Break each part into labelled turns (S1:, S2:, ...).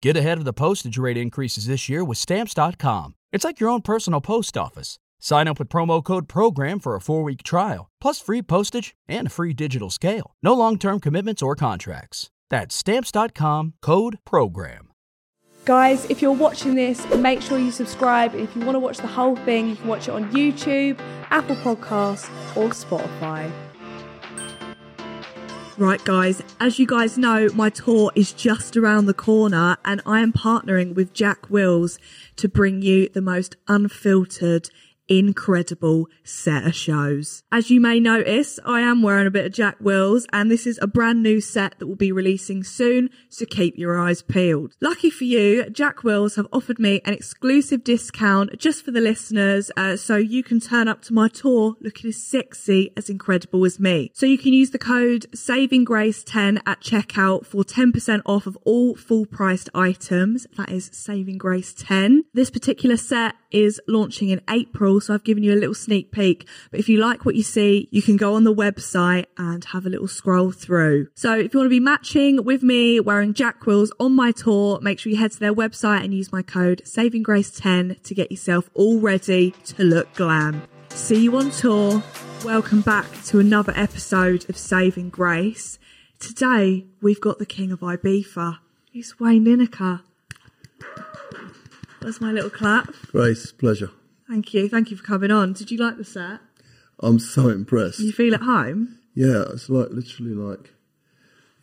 S1: Get ahead of the postage rate increases this year with Stamps.com. It's like your own personal post office. Sign up with promo code PROGRAM for a four week trial, plus free postage and a free digital scale. No long term commitments or contracts. That's Stamps.com code PROGRAM.
S2: Guys, if you're watching this, make sure you subscribe. If you want to watch the whole thing, you can watch it on YouTube, Apple Podcasts, or Spotify.
S3: Right, guys, as you guys know, my tour is just around the corner, and I am partnering with Jack Wills to bring you the most unfiltered, incredible set of shows. As you may notice, I am wearing a bit of Jack Wills, and this is a brand new set that will be releasing soon, so keep your eyes peeled. Lucky for you, Jack Wills have offered me an exclusive discount just for the listeners, uh, so you can turn up to my tour looking as sexy, as incredible as me. So you can use the code SAVINGGRACE10 at checkout for 10% off of all full priced items. That is Saving Grace 10. This particular set is launching in April, so I've given you a little sneak peek. But if you like what you see, you can go on the website and have a little scroll through. So if you want to be matching with me wearing Jack Wills on my tour, make sure you head to their website and use my code SAVINGGRACE10 to get yourself all ready to look glam. See you on tour. Welcome back to another episode of Saving Grace. Today, we've got the king of Ibiza. It's Wayne Lineker. That's my little clap.
S4: Grace, pleasure.
S3: Thank you. Thank you for coming on. Did you like the set?
S4: I'm so impressed.
S3: Do you feel at home?
S4: Yeah, it's like literally like,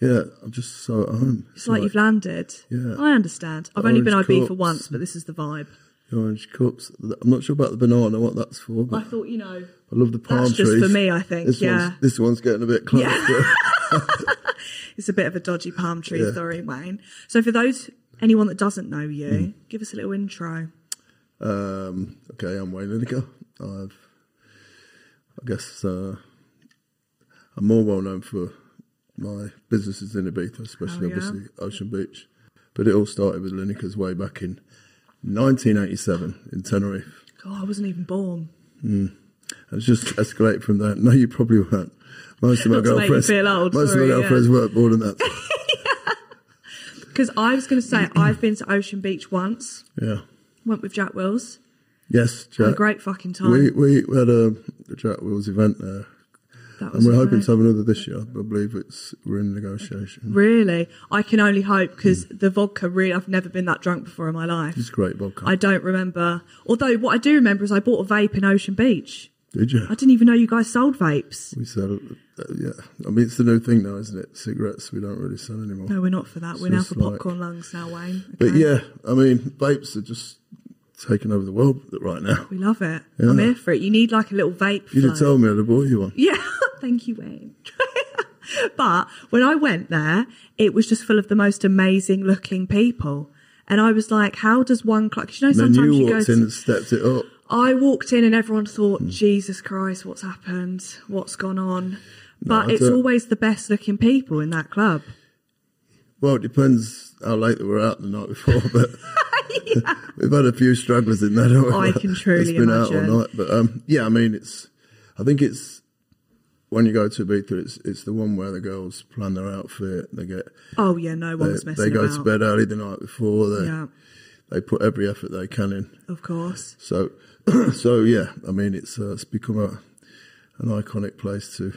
S4: yeah, I'm just so at home.
S3: It's like, you've landed.
S4: Yeah.
S3: I understand. I've only been
S4: Orange
S3: IB for
S4: Corps.
S3: once, but this is the vibe.
S4: the orange cups. I'm not sure about the banana, what that's for,
S3: I
S4: but
S3: thought, you know,
S4: I love the palm
S3: that's just
S4: trees.
S3: for me, I think,
S4: This
S3: yeah.
S4: one's, this one's getting a bit close. Yeah.
S3: it's a bit of a dodgy palm tree
S4: Yeah.
S3: story, Wayne. So for those, anyone that doesn't know you,
S4: Hmm.
S3: give us a little intro.
S4: um, okay, I'm Wayne Lineker. I've, I guess, uh, I'm more well known for my businesses in Ibiza, especially
S3: Oh, yeah?
S4: obviously Ocean Beach. But it all started with Lineker's way back in 1987 in Tenerife.
S3: God, I wasn't even born.
S4: It's just escalate from that. No, you probably weren't. Most of my
S3: Not to make you
S4: girlfriends,
S3: feel old,
S4: most
S3: sorry,
S4: of
S3: yeah.
S4: my girlfriends weren't born in that.
S3: Because I was going to say, I've been to Ocean Beach once,
S4: yeah.
S3: went with Jack Wills.
S4: Yes,
S3: Had a
S4: Jack.
S3: great fucking time.
S4: We we we had a Jack Wills event there,
S3: that was
S4: and we're hoping
S3: amazing.
S4: to have another this year. I believe it's we're in negotiation.
S3: Really, I can only hope because
S4: Hmm.
S3: the vodka. Really, I've never been that drunk before in my life.
S4: It's great vodka.
S3: I don't remember. Although what I do remember is I bought a vape in Ocean Beach.
S4: Did you?
S3: I didn't even know you guys sold vapes.
S4: we sell, uh, yeah. I mean, it's the new thing now, isn't it? Cigarettes we don't really sell anymore.
S3: No, we're not for that. We're
S4: So
S3: now
S4: it's
S3: for
S4: like-
S3: popcorn lungs now, Wayne.
S4: but
S3: okay?
S4: yeah, I mean, vapes are just taking over the world right now.
S3: we love it. I'm here for it. You need like a little vape.
S4: You'd
S3: flow.
S4: have told me I'd have bought you one.
S3: Yeah, thank you, Wayne. but when I went there, it was just full of the most amazing looking people. And I was like, how does one clock? 'cause You know,
S4: Then
S3: sometimes
S4: you
S3: you go
S4: walked
S3: to,
S4: in and stepped it up.
S3: I walked in and everyone thought,
S4: Hmm.
S3: Jesus Christ, what's happened? What's gone on? But
S4: I
S3: it's
S4: don't-
S3: always the best looking people in that club.
S4: Well, it depends how late they were out the night before, but we've had a few stragglers in there. haven't we?
S3: I can truly
S4: It's been out
S3: imagine.
S4: all night, but um, yeah, I mean, it's. I think it's when you go to Ibiza, it's it's the one where the girls plan their outfit. They get
S3: Oh yeah, no one was
S4: they,
S3: messing
S4: they go
S3: about.
S4: to bed early the night before. They
S3: Yeah,
S4: they put every effort they can in.
S3: of course.
S4: So so yeah, I mean, it's uh, it's become a an iconic place to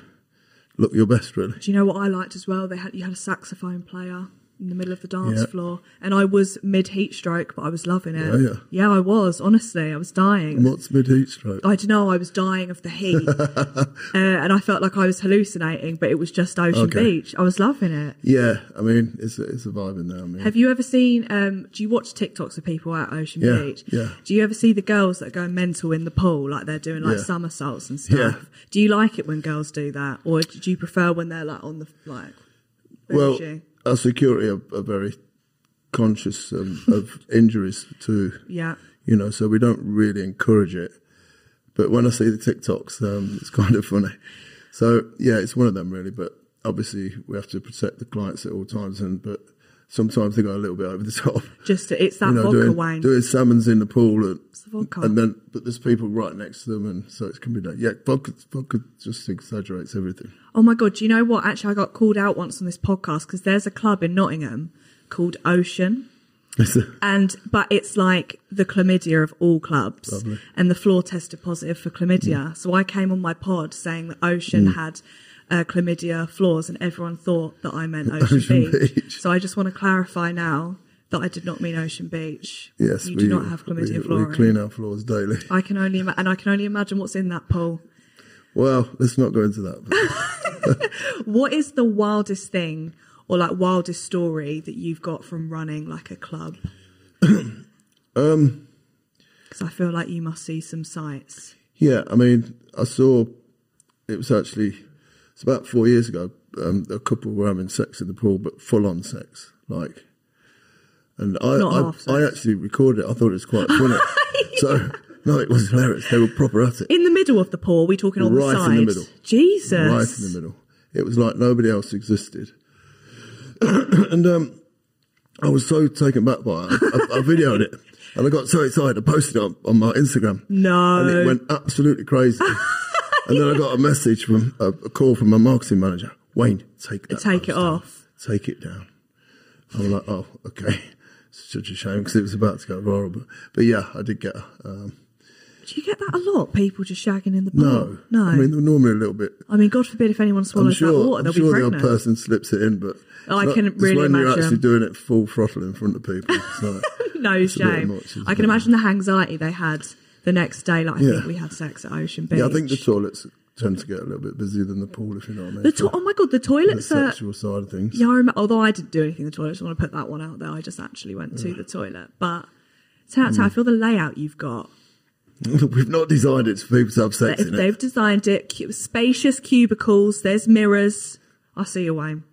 S4: look your best, really.
S3: Do you know what I liked as well? They had you had a saxophone player in the middle of the dance
S4: Yeah. Oh,
S3: floor, and I was mid heat stroke, but I was loving it.
S4: Were ya?
S3: yeah, I was honestly, I was dying.
S4: What's mid heat stroke?
S3: I don't know. I was dying of the heat, uh, and I felt like I was hallucinating, but it was just Ocean
S4: Okay.
S3: Beach. I was loving it.
S4: Yeah, I mean, it's a, it's a vibe in there. I mean,
S3: Have you ever seen? Um, do you watch TikToks of people at Ocean
S4: Yeah,
S3: Beach?
S4: yeah.
S3: Do you ever see the girls that go mental in the pool, like they're doing like
S4: Yeah.
S3: somersaults and stuff?
S4: Yeah.
S3: Do you like it when girls do that, or do you prefer when they're like on the like?
S4: Well,
S3: bougie?
S4: our security are, are very conscious um, of injuries too.
S3: Yeah.
S4: You know, so we don't really encourage it. But when I see the TikToks, um, it's kind of funny. So yeah, it's one of them really. But obviously, we have to protect the clients at all times. And but sometimes they go a little bit over the top.
S3: Just it's that
S4: you know,
S3: vodka
S4: doing,
S3: wine.
S4: doing salmons in the pool, and,
S3: the vodka.
S4: and then but there's people right next to them, and so it can be like yeah, vodka, vodka just exaggerates everything.
S3: Oh my god! Do you know what? Actually, I got called out once on this podcast because there's a club in Nottingham called Ocean,
S4: It's a-
S3: and but it's like the chlamydia of all clubs and the floor tested positive for chlamydia
S4: Mm.
S3: so i came on my pod saying that ocean had uh, chlamydia floors and everyone thought that i meant ocean,
S4: Ocean
S3: beach.
S4: Beach.
S3: so i just want to clarify now that i did not mean ocean beach
S4: yes,
S3: you
S4: we,
S3: do not have chlamydia
S4: we,
S3: flooring
S4: we clean our floors daily.
S3: i can only ima- and i can only imagine what's in that pool
S4: Well, let's not go into that. but-
S3: what is the wildest thing or like wildest story that you've got from running like a club
S4: um,
S3: because i feel like you must see some sights
S4: yeah, I mean, I saw it was actually it's about four years ago. Um, a couple were having sex in the pool, but full on sex, like. And I,
S3: Not
S4: I,
S3: half sex.
S4: I actually recorded it. I thought it was quite funny. so no, it was hilarious. They were proper at it.
S3: In the middle of the pool, we talking on the
S4: Right
S3: side.
S4: in the middle.
S3: Jesus.
S4: right in the middle. It was like nobody else existed. and um, I was so taken back by it. I, I, I videoed it and I got so excited. I posted it on, on my Instagram.
S3: No.
S4: And it went absolutely crazy. and then I got a message from a, a call from my marketing manager Wayne, take that.
S3: Take it
S4: post down.
S3: off.
S4: Take it down. I'm like, oh, okay. It's such a shame because it was about to go viral. But, but yeah, I did get her. Um,
S3: Do you get that a lot? People just shagging in the pool?
S4: no.
S3: No.
S4: I mean, they're normally a little bit
S3: God forbid if anyone
S4: I'm
S3: swallows
S4: sure,
S3: that water,
S4: I'm
S3: they'll
S4: sure
S3: be
S4: the odd
S3: pregnant.
S4: person slips it in, but
S3: Oh, I
S4: it's
S3: can
S4: it's
S3: really
S4: when you're
S3: imagine.
S4: actually doing it full throttle in front of people. It's like,
S3: no
S4: it's a bit
S3: shame.
S4: much, isn't
S3: I can
S4: it?
S3: imagine the anxiety they had the next day. Like, I
S4: Yeah.
S3: think we had sex at Ocean Beach.
S4: yeah, I think the toilets tend to get a little bit busier than the pool, if you know what I mean.
S3: The
S4: for
S3: to- oh my God, the
S4: the
S3: toilets are.
S4: sexual side of things.
S3: Yeah, I remember, although I didn't do anything in the toilet, I just want to put that one out there. I just actually went
S4: Mm.
S3: to the toilet. But tell out, I feel the layout you've got.
S4: We've not designed it for people to have
S3: But
S4: sex
S3: if
S4: in it.
S3: they've designed it, cu- spacious cubicles, there's mirrors. I see you, Wayne.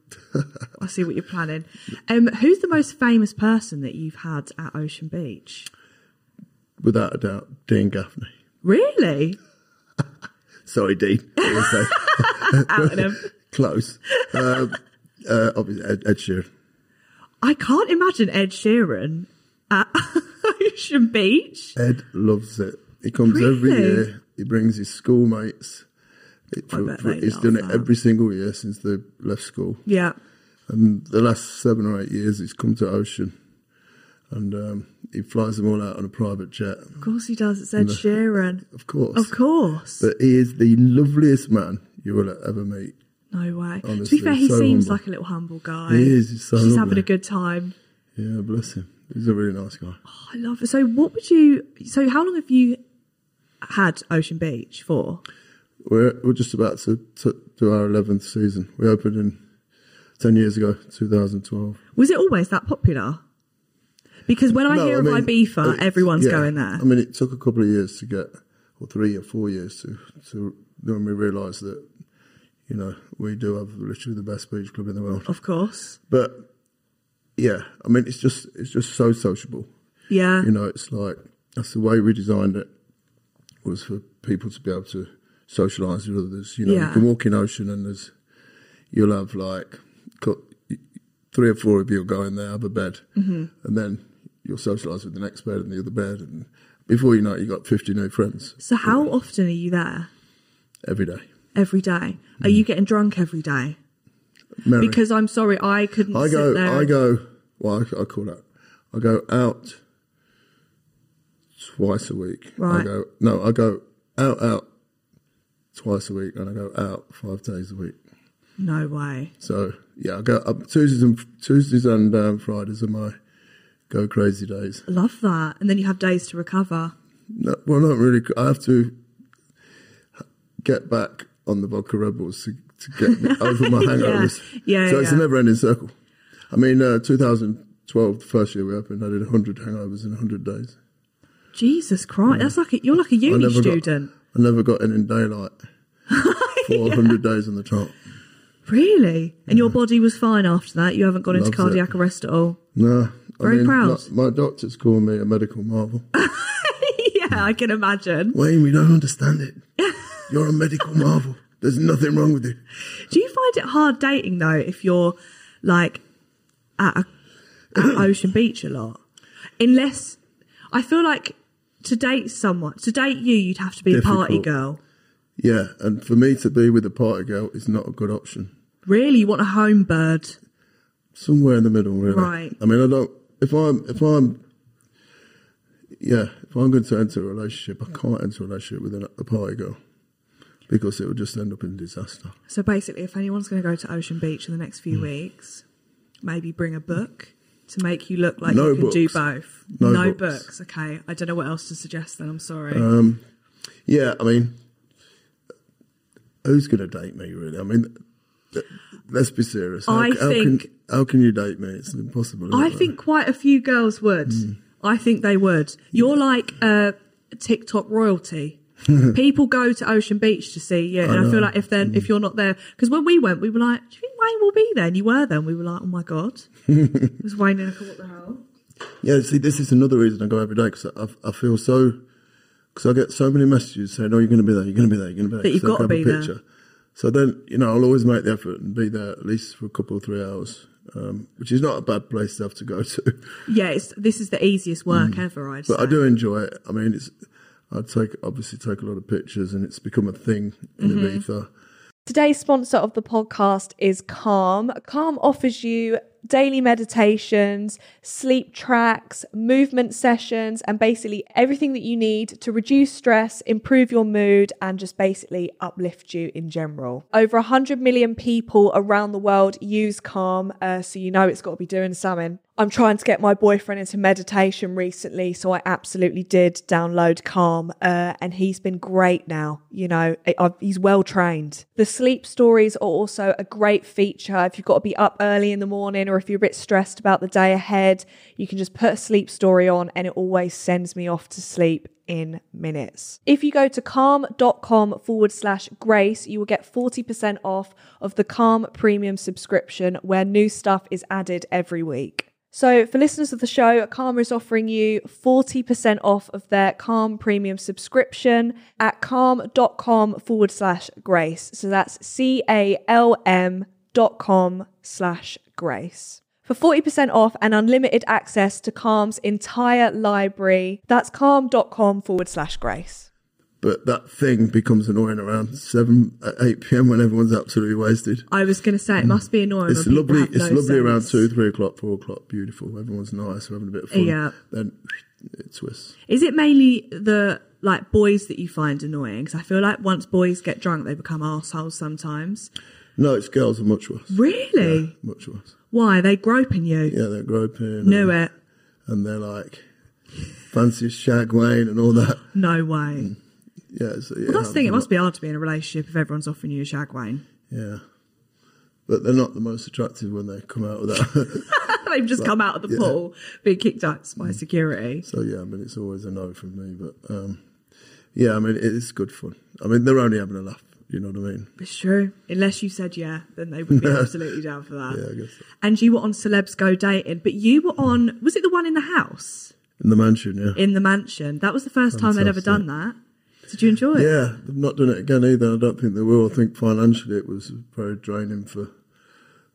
S3: I see what you're planning. Um, who's the most famous person that you've had at Ocean Beach?
S4: Without a doubt, Dean Gaffney.
S3: Really?
S4: Sorry, Dean. I always say.
S3: Out of them.
S4: Close. Um, uh, obviously, Ed, Ed Sheeran.
S3: I can't imagine Ed Sheeran at Ocean Beach.
S4: Ed loves it. He comes every
S3: Really?
S4: year. He brings his schoolmates. It- for-
S3: bet
S4: for-
S3: they
S4: he's
S3: love
S4: done it
S3: that.
S4: every single year since they left school.
S3: Yeah.
S4: And Mm, the last seven or eight years, he's come to Ocean, and um, he flies them all out on a private jet.
S3: Of course he does. It's Ed Sheeran.
S4: Of course,
S3: Of course.
S4: But he is the loveliest man you will ever meet.
S3: No way. to
S4: Honestly,
S3: be fair, he
S4: so
S3: seems
S4: humble.
S3: like a little humble guy.
S4: He is, he's so
S3: Just
S4: lovely.
S3: having a good time.
S4: Yeah, bless him. He's a really nice guy.
S3: I love it. So, what would you? So, how long have you had Ocean Beach for?
S4: We're we're just about to, to do our eleventh season. We opened in ten years ago, two thousand twelve.
S3: Was it always that popular? Because when I
S4: No,
S3: hear
S4: I
S3: of
S4: mean,
S3: Ibiza,
S4: it-
S3: everyone's
S4: yeah.
S3: going there.
S4: I mean, it took a couple of years to get, or three or four years to, to when we realised that, you know, we do have literally the best beach club in the world.
S3: of course,
S4: But yeah, I mean, it's just it's just so sociable.
S3: yeah.
S4: You know, it's like that's the way we designed it was for people to be able to socialise with others. You know,
S3: Yeah.
S4: you can walk in ocean and there's you'll have like co- three or four of you will go in there, have a bed, and then you'll socialise with the next bed and the other bed, and before you know it, you got fifty new friends
S3: so, how often are you there?
S4: every day.
S3: Every day? Are
S4: Mm.
S3: you getting drunk every day?
S4: Merry.
S3: Because I'm sorry, I couldn't
S4: I
S3: sit
S4: go,
S3: there.
S4: I go. Well, I, I call that. I go out twice a week. I
S3: Right.
S4: go no, I go out out twice a week, and I go out five days a week.
S3: No way.
S4: So yeah, I go up Tuesdays and Tuesdays and um, Fridays are my go crazy days.
S3: I love that. And then you have days to recover.
S4: No, well, not really. I have to get back on the vodka rebels to, to get me over my hangovers.
S3: Yeah,
S4: so it's a
S3: yeah.
S4: never ending circle. I mean, uh, 2012, the first year we opened, I did 100 hangovers in 100 days.
S3: Jesus Christ, that's like a, you're like a
S4: Mm. I
S3: uni
S4: never
S3: student.
S4: Got, I never got in in daylight. Four hundred days on the trot.
S3: Really? And your body was fine after that. You haven't gone into
S4: Loves it.
S3: cardiac arrest at all.
S4: No, I
S3: Very
S4: mean,
S3: proud.
S4: My, my doctors call me a medical marvel.
S3: yeah, I can imagine.
S4: Wayne, we don't understand it. You're a medical marvel. There's nothing wrong with you.
S3: Do you find it hard dating though if you're like at, a, at Ocean Beach a lot? Unless I feel like to date someone, to date you, you'd have to be a party
S4: Difficult.
S3: girl.
S4: Yeah, and for me to be with a party girl is not a good option.
S3: Really, you want a home bird?
S4: Somewhere in the middle, really.
S3: Right.
S4: I mean, I don't if I'm if I'm yeah, if I'm going to enter a relationship, I can't enter a relationship with a, a party girl because it will just end up in disaster.
S3: So basically, if anyone's going to go to Ocean Beach in the next
S4: Hmm.
S3: few weeks, maybe bring a book to make you look like
S4: No
S3: you can do
S4: books.
S3: both.
S4: No
S3: books.
S4: books. Oh,
S3: Okay. I don't know what else to suggest then. I'm sorry.
S4: Yeah, I mean, who's going to date me really? I mean, th- let's be serious. How,
S3: I
S4: how
S3: think-
S4: can, how can you date me? It's impossible. isn't
S3: I
S4: it?
S3: think quite a few girls would.
S4: Hmm.
S3: I think they would. You're like uh, TikTok royalty. People go to Ocean Beach to see you, and I, feel like if then
S4: Hmm.
S3: if you're not there, because when we went, we were like, "Do you think Wayne will be there?" And you were then. We were like, "Oh my god, it was Wayne in a what the hell?"
S4: Yeah, see, this is another reason I go every day because I, I feel so. Because I get so many messages saying, "Oh, you're going to be there. You're going to be there. You're going to be
S3: That
S4: there."
S3: you've
S4: so I
S3: gotta
S4: can have
S3: be
S4: a
S3: there.
S4: So then, you know, I'll always make the effort and be there at least for a couple of three hours, um, which is not a bad place to have to go to.
S3: Yeah, it's, this is the easiest work ever. I'd say.
S4: Hmm. But I do enjoy it. I mean, it's I take obviously take a lot of pictures, and it's become a thing in
S3: Mm-hmm.
S4: the ether.
S2: Today's sponsor of the podcast is Calm. Calm offers you daily meditations, sleep tracks, movement sessions, and basically everything that you need to reduce stress, improve your mood, and just basically uplift you in general. Over 100 million people around the world use Calm, uh, so you know it's got to be doing something. I'm trying to get my boyfriend into meditation recently, so I absolutely did download Calm, uh, and he's been great now. You know, I- I've, he's well trained. The sleep stories are also a great feature. If you've got to be up early in the morning or if you're a bit stressed about the day ahead, you can just put a sleep story on, and it always sends me off to sleep in minutes. If you go to calm.com forward slash grace, you will get 40% off of the Calm Premium subscription where new stuff is added every week. So, for listeners of the show, Calm is offering you 40% off of their Calm Premium subscription at calm.com forward slash grace. So that's C A L M dot com slash grace. For 40% off and unlimited access to Calm's entire library, that's calm.com forward slash grace.
S4: But that thing becomes annoying around seven, uh, eight p.m. when everyone's absolutely wasted.
S3: I was going to say it must be annoying.
S4: It's
S3: when people
S4: lovely.
S3: have
S4: It's
S3: no
S4: lovely around
S3: sense.
S4: two, three o'clock, four o'clock. Beautiful. Everyone's nice. We're having a bit of fun.
S3: Yeah.
S4: Then it twists.
S3: Is it mainly the like boys that you find annoying? Because I feel like once boys get drunk, they become assholes sometimes.
S4: No, it's girls are much worse.
S3: Really?
S4: Much worse.
S3: Why they groping you?
S4: Yeah, they're groping.
S3: Knew
S4: and,
S3: it.
S4: And they're like, fancy shag Wayne and all that.
S3: No way.
S4: Yeah. So, Mm. yeah
S3: Well, that's the thing. It must be hard to be in a relationship if everyone's offering you a shag wine.
S4: Yeah. But they're not the most attractive when they come out with that.
S3: They've just come out of the
S4: yeah.
S3: pool, being kicked out by security.
S4: so yeah, I mean, it's always a no from me. But um, yeah, I mean, it's good fun. I mean, they're only having a laugh. You know what I mean?
S3: It's true. Unless you said yeah, then they would be absolutely down for that.
S4: Yeah, I guess so.
S3: And you were on Celebs Go Dating, but you were on. Was it the one in the house
S4: In the mansion, yeah.
S3: in the mansion? That was the first time they'd ever done that. Did you enjoy it?
S4: Yeah, they've not done it again either. I don't think they will. I think financially it was very draining for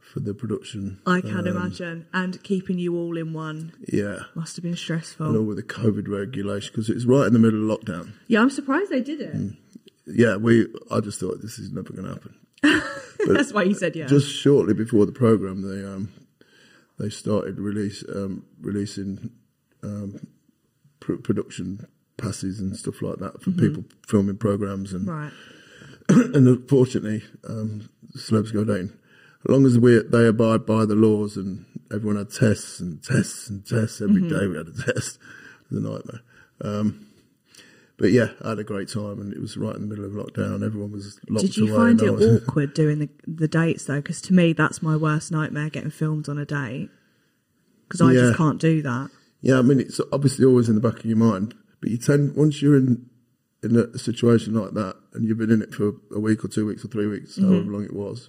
S4: for the production.
S3: I can imagine. And keeping you all in one
S4: Yeah,
S3: must have been
S4: and all
S3: stressful.
S4: with the COVID regulation because it's right in the middle of lockdown.
S3: Yeah, I'm surprised they did it.
S4: Mm, Yeah, we. I just thought this is never going to happen.
S3: That's why you said yeah.
S4: Just shortly before the program, they um they started release um releasing um pr- production passes and stuff like that for people filming programs and
S3: right.
S4: and unfortunately, um, celebs go down. As long as we they abide by the laws and everyone had tests and tests and tests every
S3: Mm-hmm.
S4: day we had a test. It was a nightmare. Um, but yeah, I had a great time and it was right in the middle of lockdown. Everyone was locked
S3: Did you
S4: away.
S3: find
S4: and I
S3: it
S4: was-
S3: awkward doing the, the dates though? Because to me, that's my worst nightmare getting filmed on a date. Because I
S4: Yeah.
S3: just can't do that.
S4: Yeah, I mean it's obviously always in the back of your mind, but you tend once you're in in a situation like that and you've been in it for a week or two weeks or three weeks,
S3: Mm-hmm.
S4: however long it was,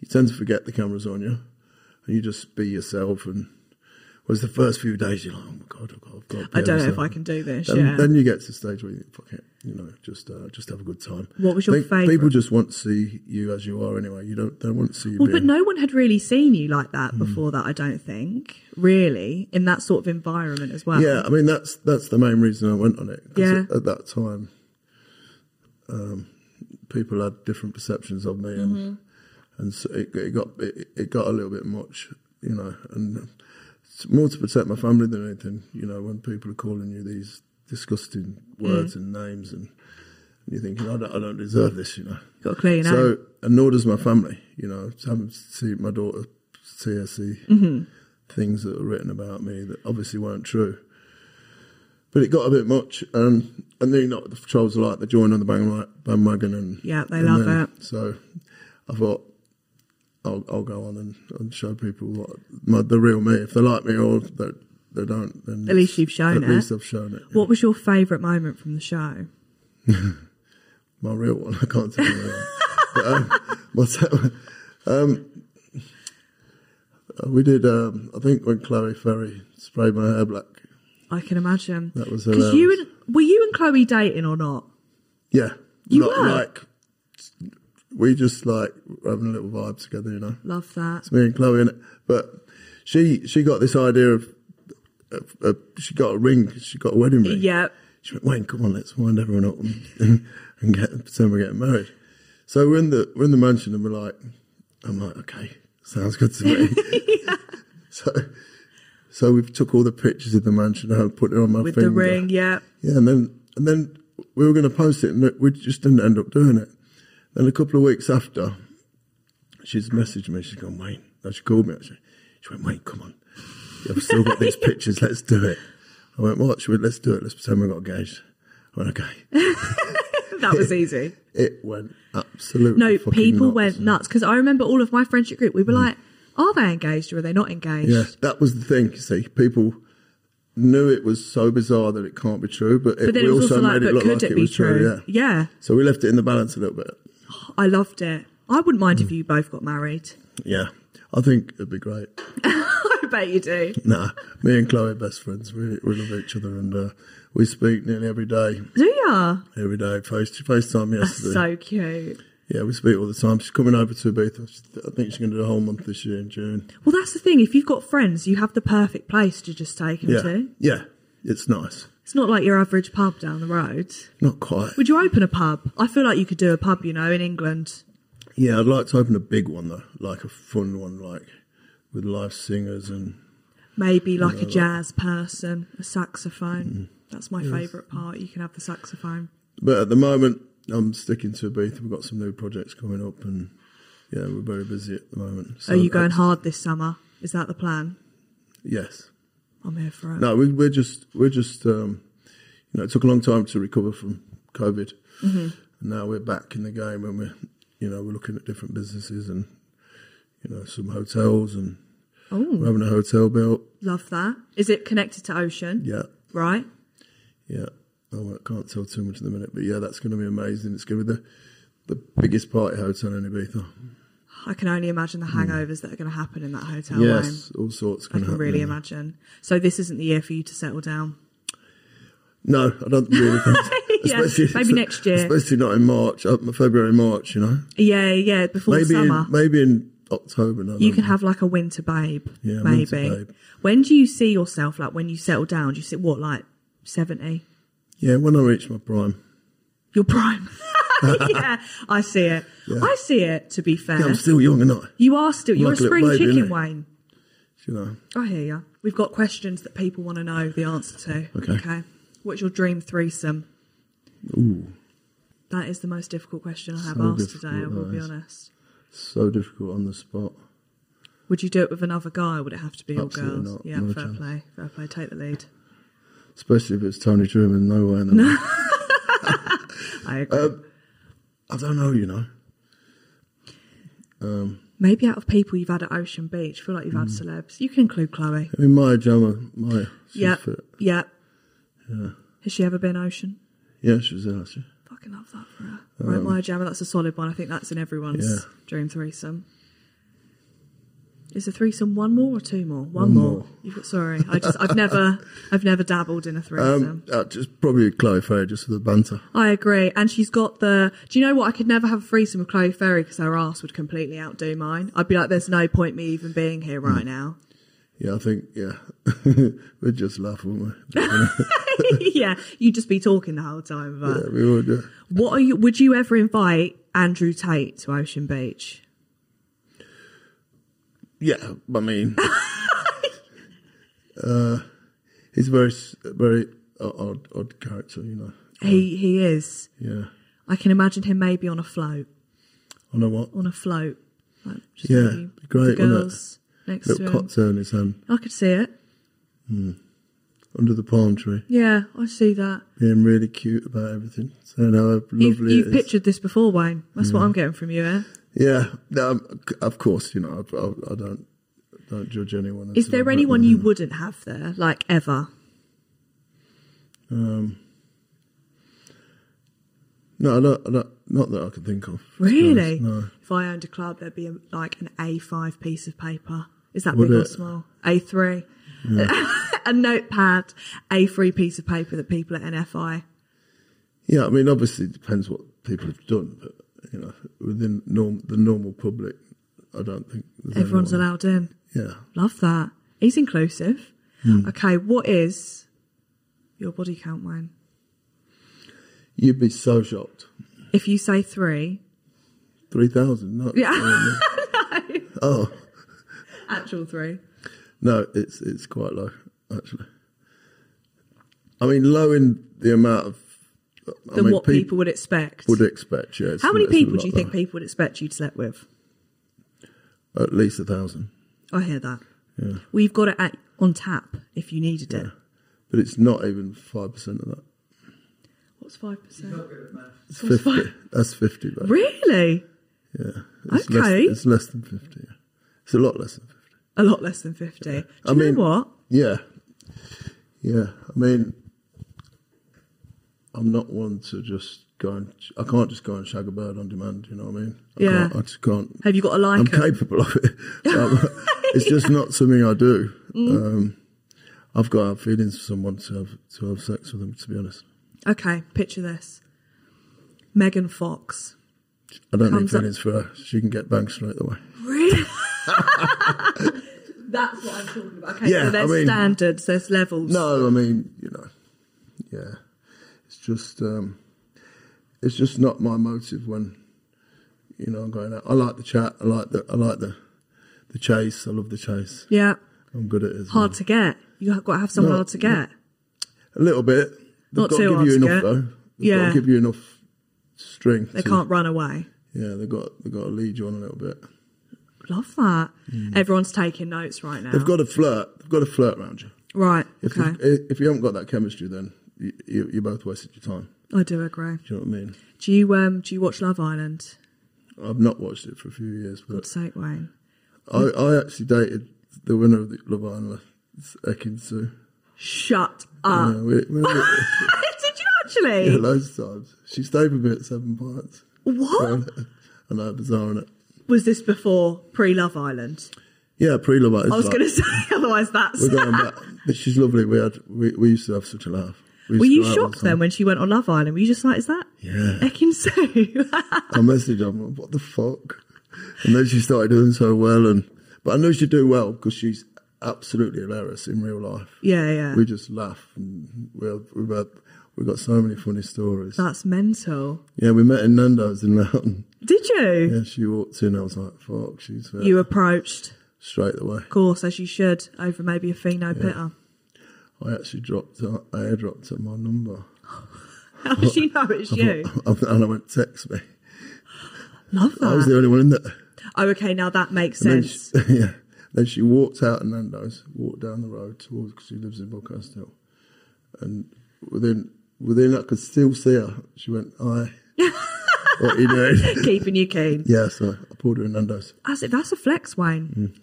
S4: you tend to forget the cameras on you, and you just be yourself. And whereas the first few days you're like, oh my god, I've got, I've got to
S3: I
S4: be
S3: don't know if
S4: myself."
S3: I can do this.
S4: Then,
S3: yeah.
S4: then you get to the stage where you think, fuck it, you know, just uh, just have a good time.
S3: What was your
S4: Think-
S3: favourite?
S4: People just want to see you as you are anyway. You don't they don't want to see you.
S3: well, but
S4: being,
S3: no one had really seen you like
S4: Hmm.
S3: that before that. I don't think really in that sort of environment as well.
S4: Yeah, I mean that's that's the main reason I went on it. 'cause
S3: Yeah.
S4: at, at that time, um, people had different perceptions of me, and and so it, it got it, it got a little bit much, you know. And it's more to protect my family than anything. You know, when people are calling you these disgusting words and names, and, and you're thinking, I don't, I don't deserve this, you know.
S3: Got to clear your name.
S4: So, and nor does my family, you know, to have see my daughter CSE
S3: Mm-hmm.
S4: things that were written about me that obviously weren't true. But it got a bit much, and and then not the trolls like they joined on the bang- bandwagon, and
S3: Yeah, they
S4: and
S3: love
S4: then-
S3: it.
S4: So I thought I'll I'll go on and, and show people what my, the real me. If they like me or they they don't, then
S3: At least you've shown
S4: at
S3: it.
S4: least I've shown it.
S3: What was your favourite moment from the show?
S4: my real one. I can't tell you. that one. but, um, what's that one? Um, we did. Um, I think when Chloe Ferry sprayed my hair black.
S3: I can imagine.
S4: That was um,
S3: because you and were you and Chloe dating or not?
S4: Yeah,
S3: You
S4: not
S3: were?
S4: like we just like were having a little vibe together, you know.
S3: Love that.
S4: It's me and Chloe in it, but she she got this idea of. of- of- she got a ring. She got a wedding ring.
S3: Yeah,
S4: She went, Wayne, come on, let's wind everyone up and, and get, pretend we're getting married. So we're in the we're in the mansion and we're like, I'm like, okay, sounds good to me. So so we took all the pictures of the mansion and put it on my
S3: with
S4: finger.
S3: the ring. Yeah,
S4: Yeah, and then and then we were going to post it, and we just didn't end up doing it. Then a couple of weeks after, she's messaged me. She's gone, Wayne. No, she called me actually. She went, Wayne, come on. I've still got these pictures. Let's do it. I went, what? She went, let's do it. Let's pretend we got engaged. I went, okay.
S3: that was easy.
S4: It went absolutely.
S3: No,
S4: fucking
S3: people
S4: nuts. Hmm.
S3: went nuts because I remember all of my friendship group. We were like, "Are they engaged or are they not engaged?"
S4: Yeah, that was the thing. You see, people knew it was so bizarre that it can't be true, but it,
S3: But then
S4: we
S3: it was also like,
S4: made it
S3: "But
S4: look
S3: could
S4: like
S3: it
S4: it
S3: be
S4: was
S3: true?"
S4: true. Yeah.
S3: yeah,
S4: So we left it in the balance a little bit.
S3: I loved it. I wouldn't mind
S4: Hmm.
S3: if you both got married.
S4: Yeah, I think it'd be great.
S3: I bet you do.
S4: Nah, me and Chloe are best friends. We, we love each other and uh, we speak nearly every day.
S3: Do ya?
S4: Every day, face to FaceTime
S3: That's
S4: yesterday.
S3: so cute.
S4: yeah, we speak all the time. She's coming over to Ibiza. She's- I think she's going to do a whole month this year in June.
S3: Well, that's the thing. If you've got friends, you have the perfect place to just take them
S4: Yeah,
S3: to.
S4: yeah, it's nice.
S3: It's not like your average pub down the road.
S4: Not quite.
S3: Would you open a pub? I feel like you could do a pub, you know, in England.
S4: Yeah, I'd like to open a big one though, like a fun one, like with live singers and
S3: Maybe like a jazz person, a
S4: Mm-hmm.
S3: saxophone. That's my favourite part. You can have the saxophone.
S4: But at the moment, I'm sticking to Ibiza. We've got some new projects coming up, and yeah, we're very busy at the moment. So
S3: Are you going
S4: that's-
S3: hard this summer? Is that the plan?
S4: Yes.
S3: I'm here for it.
S4: No, we, we're just we're just um, you know it took a long time to recover from COVID.
S3: Mm-hmm.
S4: And now we're back in the game, and we're you know we're looking at different businesses and you know some hotels, and
S3: Oh.
S4: we're having a hotel built.
S3: Love that. Is it connected to ocean?
S4: Yeah,
S3: Right?
S4: yeah. Oh, I can't tell too much at the minute, but yeah, that's going to be amazing. It's going to be the the biggest party hotel in Ibiza.
S3: Oh, I can only imagine the hangovers that are going to happen in that hotel room.
S4: Mm. yes, all sorts
S3: I
S4: going to
S3: can
S4: happen.
S3: really
S4: in there.
S3: imagine. So this isn't the year for you to settle down.
S4: No, I don't really think. so.
S3: Yeah, maybe next year.
S4: Especially not in March, uh, February, March. You know,
S3: Yeah, yeah, before
S4: maybe
S3: summer.
S4: in, maybe in October. No,
S3: you
S4: no.
S3: can have like a winter babe,
S4: Yeah,
S3: maybe.
S4: winter babe.
S3: When do you see yourself? Like when you settle down, do you sit what like seventy?
S4: Yeah, when I reach my prime,
S3: Your prime. yeah, I see it. I see it. To be fair,
S4: yeah, I'm still young, and I,
S3: you are still you're
S4: like
S3: a
S4: a little
S3: spring
S4: baby,
S3: chicken,
S4: innit?
S3: Wayne.
S4: you know,
S3: I hear you. We've got questions that people want to know the answer to.
S4: Okay.
S3: What's your dream threesome? Ooh. That is the most difficult question I have
S4: So
S3: asked today. I
S4: difficult,
S3: will
S4: that
S3: be
S4: is.
S3: honest.
S4: so difficult on the spot.
S3: Would you do it with another guy or would it have to be all
S4: Absolutely
S3: girls?
S4: not.
S3: Yeah,
S4: Not a
S3: fair
S4: chance.
S3: play. Fair play. Take the lead.
S4: Especially if it's Tony Truman, no way. in the world.
S3: I agree.
S4: I don't know, you know.
S3: Maybe out of people you've had at Ocean Beach, feel like you've had celebs. You can include Chloe.
S4: I mean, Maya Jama, Maya, Mm. she's
S3: Yeah.
S4: fit.
S3: Yeah. Has she ever been Ocean?
S4: Yeah, she was there last year.
S3: Fucking love that for her. right, Maya Jama, that's a solid one. I think that's in everyone's
S4: Um, Yeah.
S3: dream threesome. Is a threesome one more or two more? One,
S4: One
S3: more.
S4: more.
S3: You've got, sorry, I just I've never I've never dabbled in a threesome.
S4: Um, uh, just probably Chloe Faye, just for the banter.
S3: I agree. And she's got the. Do you know what? I could never have a threesome with Chloe Ferry because her ass would completely outdo mine. I'd be like, there's no point me even being here right now.
S4: Yeah, I think, yeah. We'd just laugh, wouldn't we?
S3: yeah, you'd just be talking the whole time. But
S4: Yeah, we would, yeah.
S3: what are you? Would you ever invite Andrew Tate to Ocean Beach?
S4: Yeah, I mean, uh, he's a very, s- very o- odd, odd character, you know.
S3: He he is.
S4: Yeah.
S3: I can imagine him maybe on a float,
S4: I know what.
S3: on a float. Like just
S4: Yeah,
S3: maybe
S4: be great,
S3: the
S4: wouldn't it?
S3: girls next to
S4: Little
S3: him.
S4: cocktail in his hand
S3: I could see it.
S4: under the palm tree,
S3: Yeah, I see that.
S4: being really cute about everything, saying how lovely
S3: You've,
S4: it
S3: you've
S4: is. Mm.
S3: pictured this before, Wayne. That's what I'm getting from you, eh?
S4: Yeah, no, um, c- of course, you know, I, I, I don't don't judge anyone.
S3: Is
S4: until I've
S3: there
S4: met
S3: anyone
S4: them.
S3: you wouldn't have there, like ever?
S4: No, I don't, I don't, not that I can think of. to be
S3: Really?
S4: honest, No.
S3: If I owned a club, there'd be a, like an A5 piece of paper. Is that
S4: Would
S3: big or
S4: it?
S3: small? A3. a notepad, A3 piece of paper that people at NFI.
S4: Yeah, I mean, obviously, it depends what people have done, but you know, within norm, the normal public, I don't think there's
S3: Everyone's
S4: anyone.
S3: allowed in.
S4: Yeah,
S3: Love that. He's inclusive.
S4: Hmm.
S3: Okay, what is your body count, Wayne?
S4: you'd be so shocked.
S3: If you say three,
S4: Three thousand? No,
S3: Yeah.
S4: um, oh
S3: actual three.
S4: no, it's it's quite low actually. I mean, low in the amount of I
S3: Then
S4: mean,
S3: what
S4: peop-
S3: people would expect.
S4: would expect. Yeah, it's-
S3: How many
S4: it's a
S3: people
S4: lot
S3: do you think
S4: lower.
S3: people would expect you to sleep with?
S4: At least a thousand.
S3: I hear that.
S4: Yeah.
S3: We've got it at, on tap if you needed it.
S4: But it's not even five percent of that.
S3: What's five percent?
S4: It's fifty. That's fifty. Right?
S3: Really?
S4: Yeah. It's
S3: Okay.
S4: Less, it's less than fifty. Yeah. It's a lot less than fifty.
S3: A lot less than fifty. Do you
S4: I
S3: know
S4: mean-
S3: what?
S4: Yeah. Yeah. I mean, I'm not one to just go and. I can't just go and shag a bird on demand. You know what I mean? I
S3: Yeah.
S4: Can't, I just can't.
S3: Have you got a like?
S4: I'm
S3: 'em?
S4: capable of it. Um, it's just not something I do.
S3: Mm.
S4: Um, I've got to have feelings for someone to have to have sex with them. To be honest,
S3: Okay, picture this. Megan Fox.
S4: I don't need
S3: Comes up-
S4: feelings for her. She can get banged straight away.
S3: Really? That's what I'm talking about. Okay,
S4: Yeah,
S3: so
S4: I
S3: there's
S4: mean-
S3: standards, there's levels.
S4: No, I mean, you know, yeah, it's just, um, it's just not my motive when, you know, I'm going out. I like the chat. I like the, I like the, the chase. I love the chase.
S3: Yeah.
S4: I'm good at it. As well.
S3: Hard to get. You've got to have someone
S4: No,
S3: hard to get.
S4: A little bit. They've
S3: Not
S4: got
S3: too
S4: to give
S3: hard
S4: you
S3: to
S4: enough
S3: get.
S4: though. They've got
S3: Yeah.
S4: to give you enough string.
S3: They
S4: to-
S3: can't run away.
S4: Yeah, they've got they've got to lead you on a little bit.
S3: Love that.
S4: Mm.
S3: Everyone's taking notes right now.
S4: They've got to flirt. They've got to flirt around you.
S3: right.
S4: If
S3: Okay.
S4: you, if you haven't got that chemistry, then you, you, you both wasted your time.
S3: I do agree.
S4: Do you know what I mean?
S3: Do you um do you watch Love Island?
S4: I've not watched it for a few years, but
S3: God's sake, Wayne.
S4: I, I actually dated the winner of the Love Island, Ekin Sue.
S3: Shut
S4: Yeah,
S3: up.
S4: we, we went
S3: Did you actually?
S4: there loads of times. She stayed with me at seven pints.
S3: What?
S4: I know, bizarre, is it?
S3: Was this before pre Love Island?
S4: Yeah, pre Love Island.
S3: I was going to say, otherwise that's.
S4: We're going back. But she's lovely. We had we, we used to have such a laugh. We used
S3: Were
S4: to
S3: you
S4: go out all the
S3: shocked then
S4: time.
S3: when she went on Love Island? Were you just like, is that
S4: Yeah.
S3: Ekin Sue?
S4: I messaged her. I'm like, what the fuck? And then she started doing so well, and but I know she do well because she's absolutely hilarious in real life.
S3: yeah, yeah.
S4: We just laugh and we have, we've had, we've got so many funny stories.
S3: That's mental.
S4: Yeah, we met in Nando's in Loughton.
S3: Did you?
S4: Yeah, she walked in. I was like, fuck, she's uh,
S3: You approached,
S4: straight away.
S3: of course, as you should, over maybe a Fino Pitter.
S4: I actually dropped her, I airdropped her my number.
S3: How does she know it's you?
S4: and I went, text me.
S3: Love
S4: I was
S3: that.
S4: the only one in there.
S3: Oh, okay, now that makes
S4: And then
S3: sense.
S4: she, yeah. Then she walked out of Nando's, walked down the road towards, because she lives in Buckhurst Hill. And within, within, I could still see her. She went, hi. what are you doing?
S3: Keeping you keen.
S4: yeah, so I pulled her in Nando's.
S3: That's, that's a flex, Wayne.
S4: Mm.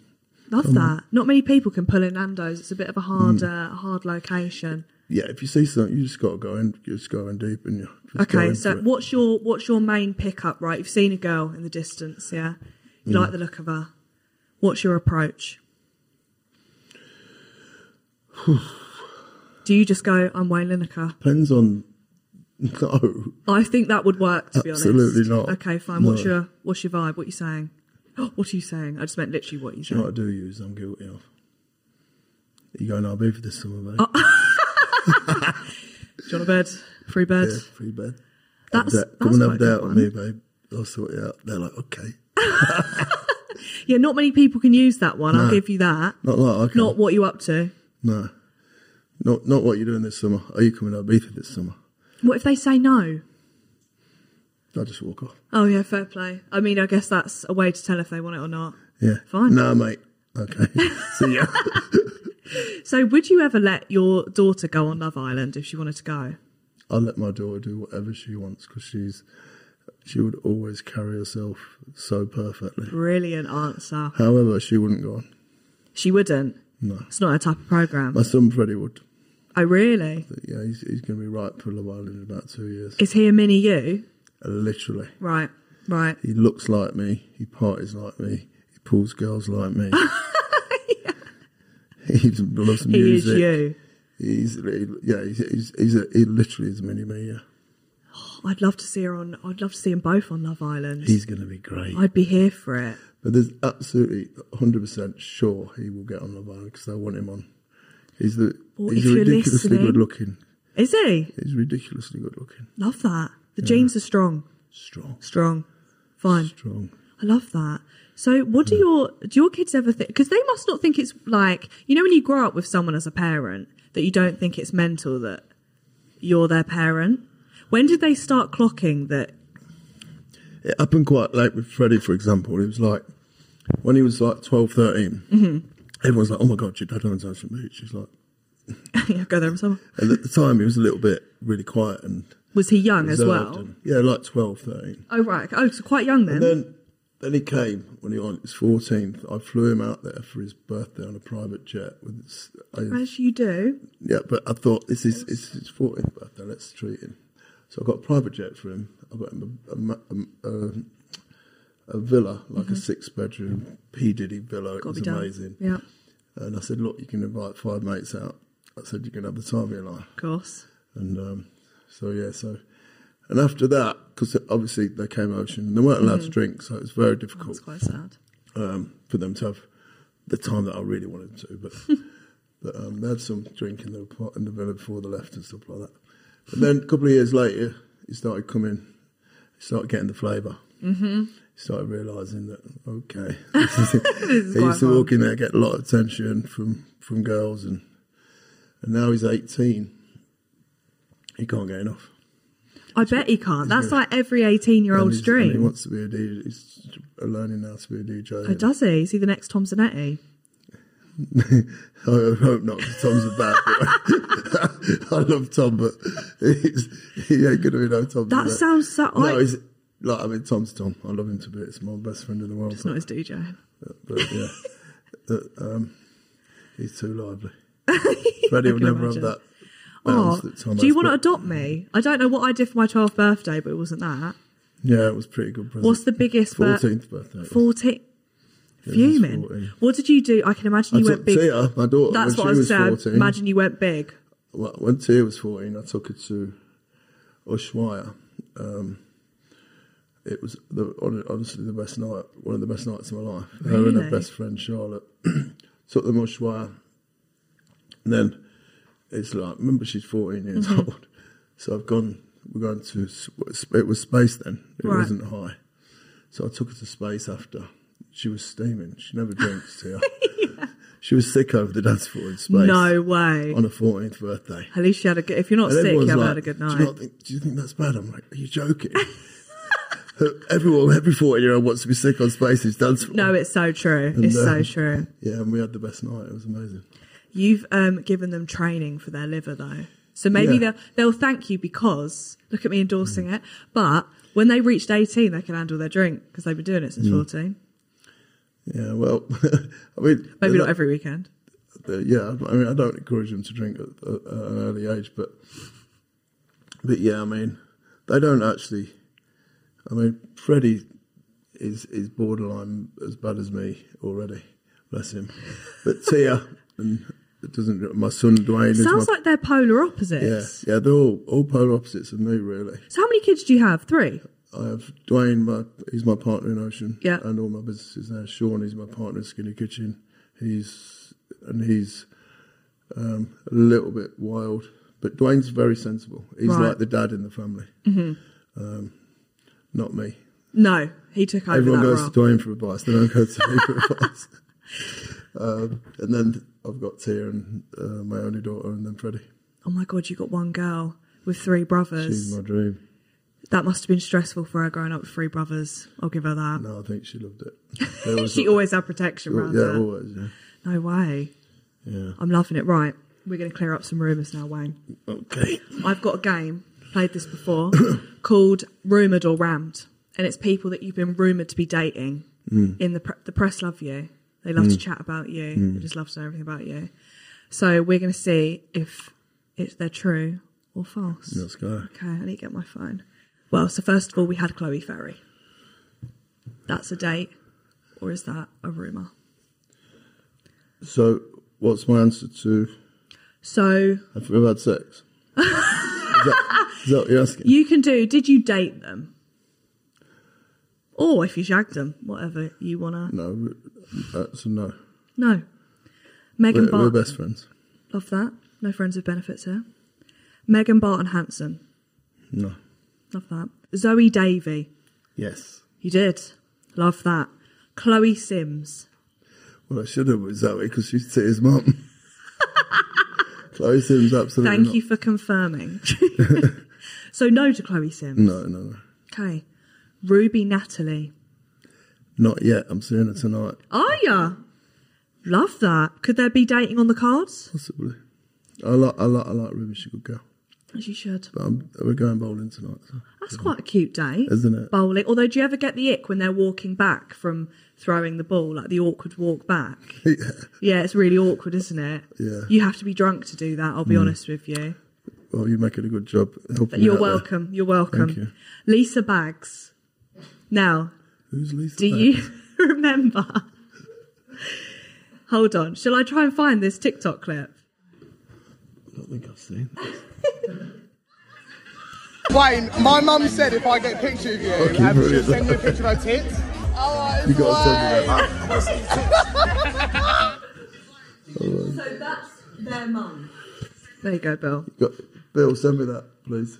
S3: Love that. Not many people can pull in Nando's. It's a bit of a hard, uh, hard location.
S4: Yeah, if you see something, you just got to go in, you just go in deep and you just go
S3: Okay,
S4: in
S3: so
S4: for it.
S3: what's your what's your main pickup? Right, you've seen a girl in the distance, yeah. You
S4: Mm.
S3: like the look of her. What's your approach? Do you just go, I'm Wayne Lineker?
S4: Depends on. No.
S3: I think that would work. To be honest,
S4: Absolutely not.
S3: Okay, fine. What's
S4: No.
S3: your what's your vibe? What are you saying? What are you saying? I just meant literally what you
S4: Do you know
S3: saying.
S4: what I do use? I'm guilty of. You going RB for this summer, mate?
S3: Oh, Do you want a bed? Free bed?
S4: yeah, free bed.
S3: That's, that's
S4: That- Come and
S3: quite
S4: have
S3: a
S4: that
S3: good
S4: with
S3: one.
S4: me, babe. I'll sort it out. They're like, okay.
S3: Yeah, not many people can use that one. I'll
S4: No.
S3: give you that.
S4: Not like I can.
S3: Not what you up to.
S4: No, not not what you're doing this summer. Are you coming to Ibiza this summer?
S3: What if they say no?
S4: I just walk off.
S3: Oh yeah, fair play. I mean, I guess that's a way to tell if they want it or not.
S4: Yeah,
S3: Fine.
S4: No, mate. Okay. See ya.
S3: So, would you ever let your daughter go on Love Island if she wanted to go?
S4: I let my daughter do whatever she wants because she's she would always carry herself so perfectly.
S3: Brilliant answer.
S4: However, she wouldn't go on.
S3: She wouldn't.
S4: No.
S3: It's not her type of program.
S4: My son Freddie would.
S3: Oh, really?
S4: But yeah, he's, he's going to be right for Love Island in about two years.
S3: Is he a mini you?
S4: Literally.
S3: Right, right.
S4: He looks like me. He parties like me. He pulls girls like me. He loves
S3: He is
S4: music.
S3: you.
S4: He's li- yeah. He's he's, he's a, he literally is mini me. Yeah.
S3: I'd love to see her on. I'd love to see them both on Love Island.
S4: He's going to be great.
S3: I'd be here for it.
S4: But there's absolutely 100% sure he will get on Love Island because they want him on. He's the
S3: Well,
S4: he's
S3: if you're
S4: ridiculously
S3: listening-
S4: good looking.
S3: Is he?
S4: He's ridiculously good looking.
S3: Love that. The genes are strong.
S4: Strong.
S3: Strong. Fine.
S4: Strong.
S3: I love that. So, what
S4: Hmm.
S3: do your do your kids ever think? Because they must not think it's like you know when you grow up with someone as a parent that you don't think it's mental that you're their parent. When did they start clocking that?
S4: It happened quite late with Freddie, for example. It was like when he was like 12, 13,
S3: Mm-hmm.
S4: everyone's like, oh my God, your dad owns Ocean Beach. He's like,
S3: Yeah, go there himself.
S4: and at the time he was a little bit really quiet and
S3: Was he young as
S4: reserved
S3: well?
S4: and- yeah, like 12, 13.
S3: Oh right. Oh, so quite young then.
S4: And then, then he came when he was 14th. I flew him out there for his birthday on a private jet. With his, I,
S3: as you do.
S4: yeah, but I thought this is it's his 14th birthday. Let's treat him. So I got a private jet for him. I got him a, a ma- a, a, a villa, like a six bedroom P Diddy villa. It
S3: Got to
S4: was
S3: Mm-hmm. be done.
S4: amazing.
S3: Yeah, of
S4: And I said, look, you can invite five mates out. I said, you can have the time of your life.
S3: course.
S4: And um, so yeah, so and after that, because obviously they came ocean, and they weren't
S3: Mm-hmm.
S4: allowed to drink, so it was very difficult
S3: That's quite sad.
S4: um, for them to have the time that I really wanted to. But, but um, they had some drink in the pot in the villa before they left and stuff like that. But then a couple of years later, he started coming, he started getting the flavour. Mm-hmm. He started realising that okay,
S3: is
S4: he
S3: quite
S4: used to
S3: hard.
S4: walk in there get a lot of attention from from girls, and and now he's eighteen. He can't get enough.
S3: I bet he can't. That's like every eighteen-year-old's
S4: And he's- and He
S3: dream.
S4: wants to be a DJ. He's learning now to be a DJ.
S3: Oh, does he? Is he the next Tom Zanetti?
S4: I hope not, 'cause Tom's a bad boy. I love Tom, but he's, he ain't going to be no Tom.
S3: That
S4: today.
S3: sounds so.
S4: No,
S3: I,
S4: he's, like, I mean, Tom's Tom. I love him to bits. My best friend in the world.
S3: it's not his DJ.
S4: But, yeah, that, um, he's too lively. Freddie will
S3: can
S4: never
S3: imagine.
S4: have that
S3: Oh,
S4: balance that Tom
S3: do you
S4: has,
S3: want to
S4: but-
S3: adopt me? I don't know what I did for my 12th birthday, but it wasn't that.
S4: Yeah, it was pretty good present.
S3: What's the biggest bir-
S4: 14th birthday. it was.
S3: 14.
S4: Yeah, it was
S3: Fuming.
S4: 14.
S3: What did you do? I can imagine
S4: I
S3: you
S4: took
S3: went big.
S4: Tia, my daughter,
S3: That's
S4: when
S3: what I was
S4: she was
S3: saying.
S4: 14.
S3: Imagine you went big.
S4: Well, when Tia was 14, I took her to Ushuaia. Um, it was the, hon- honestly the best night, one of the best nights of my life. Her and
S3: Really?
S4: her best friend Charlotte took them to Ushuaia. And then it's like, remember she's 14 years
S3: Mm-hmm.
S4: old. So I've gone, we're going to, s- it was space then, it
S3: Right.
S4: wasn't high. So I took her to space after. She was steaming. She never drinks, Tia. She was sick over the dance floor in space
S3: No way.
S4: on her 14th birthday.
S3: At least you had a good, if you're not
S4: And
S3: sick, you
S4: everyone's
S3: haven't
S4: like,
S3: had a good
S4: Do you,
S3: night.
S4: not think, do you think that's bad? I'm like, are you joking? Everyone, every 14 year old wants to be sick on Spaces dance floor.
S3: No, it's so true. It's so
S4: no.
S3: true.
S4: Yeah, and we had the best night. It was amazing.
S3: You've um, given them training for their liver, though. So maybe
S4: Yeah.
S3: they'll, they'll thank you because, look at me endorsing it, but when they reached 18, they can handle their drink because they've been doing it since
S4: Mm.
S3: 14.
S4: Yeah, well, I mean,
S3: Maybe
S4: the-
S3: not every weekend.
S4: the- yeah, I mean, I don't encourage them to drink at, at an early age, but but yeah, I mean, they don't actually. I mean, Freddie is is borderline as bad as me already, bless him. But Tia and it doesn't. My son Dwayne is my
S3: Sounds like they're polar
S4: Yeah,
S3: opposites.
S4: yeah, they're all, all polar opposites of me, really.
S3: So how many kids do you have? Three.
S4: I have Dwayne, my he's my partner in Ocean,
S3: Yeah.
S4: and all my businesses there. Sean, he's my partner in Skinny Kitchen. He's and he's um, a little bit wild, but Dwayne's very sensible. He's
S3: Right.
S4: like the dad in the family. Mm-hmm. Um, not me.
S3: No, he took over
S4: Everyone
S3: that
S4: goes
S3: role.
S4: to Dwayne for advice. They don't go to me for advice. Um, and then I've got Tia and uh, my only daughter, and then Freddie.
S3: Oh my god, you got one girl with three brothers.
S4: She's my dream.
S3: That must have been stressful for her growing up with three brothers. I'll give her that.
S4: No, I think she loved it. There was-
S3: she always had protection around
S4: yeah, oh.
S3: her.
S4: always. Yeah.
S3: No way.
S4: yeah.
S3: I'm loving it. Right, we're going to clear up some rumours now, Wayne.
S4: Okay.
S3: I've got a game, played this before, called Rumoured or Rammed. And it's people that you've been rumoured to be dating. In the, pre- the press love you. They love to chat about you. They just love to know everything about you. So we're going to see if it's they're true or false.
S4: Let's go.
S3: Okay, I need to get my phone. Well, so first of all, we had Chloe Ferry. That's a date, or is that a rumour?
S4: So, what's my answer to
S3: So
S4: have we had sex? is, that, is that what you're asking?
S3: You can do. Did you date them? Or if you shagged them, whatever you wanna.
S4: No, that's a no.
S3: No. Megan
S4: We're, we're
S3: Barton.
S4: best friends.
S3: Love that. No friends with benefits here. Megan Barton Hanson.
S4: No.
S3: Love that. Zoe Davy.
S4: Yes.
S3: You did. Love that. Chloe Sims.
S4: Well, I should have with Zoe because she's Tia's mum. Chloe Sims, absolutely.
S3: Thank
S4: not.
S3: you for confirming. so no to Chloe Sims.
S4: No, no, no.
S3: Okay. Ruby Natalie.
S4: Not yet. I'm seeing her tonight,
S3: Are ya? Love that. Could there be dating on the cards?
S4: possibly. I like, I like, I like Ruby. She's a good girl.
S3: As you should.
S4: But I'm, we're going bowling tonight, so.
S3: That's quite a cute date,
S4: isn't it?
S3: Bowling. Although, do you ever get the ick when they're walking back from throwing the ball, like the awkward walk back?
S4: Yeah.
S3: Yeah, it's really awkward, isn't it?
S4: Yeah.
S3: You have to be drunk to do that. I'll be honest with you.
S4: Well, you're making a good job helping.
S3: But
S4: me
S3: you're
S4: out there.
S3: welcome. You're welcome.
S4: Thank you.
S3: Lisa Bags. Now,
S4: Who's Lisa?
S3: do
S4: Beck?
S3: you remember? Hold on. Shall I try and find this TikTok clip?
S4: I don't think I've seen. that.
S5: Wayne, my mum said if I get a picture of you,
S4: Fucking
S5: um, she'll
S4: brilliant.
S5: send me a picture of her tits. Alright,
S4: You gotta send me that.
S3: So that's their mum. There you go, Bill.
S4: Got- Bill, send me that, please.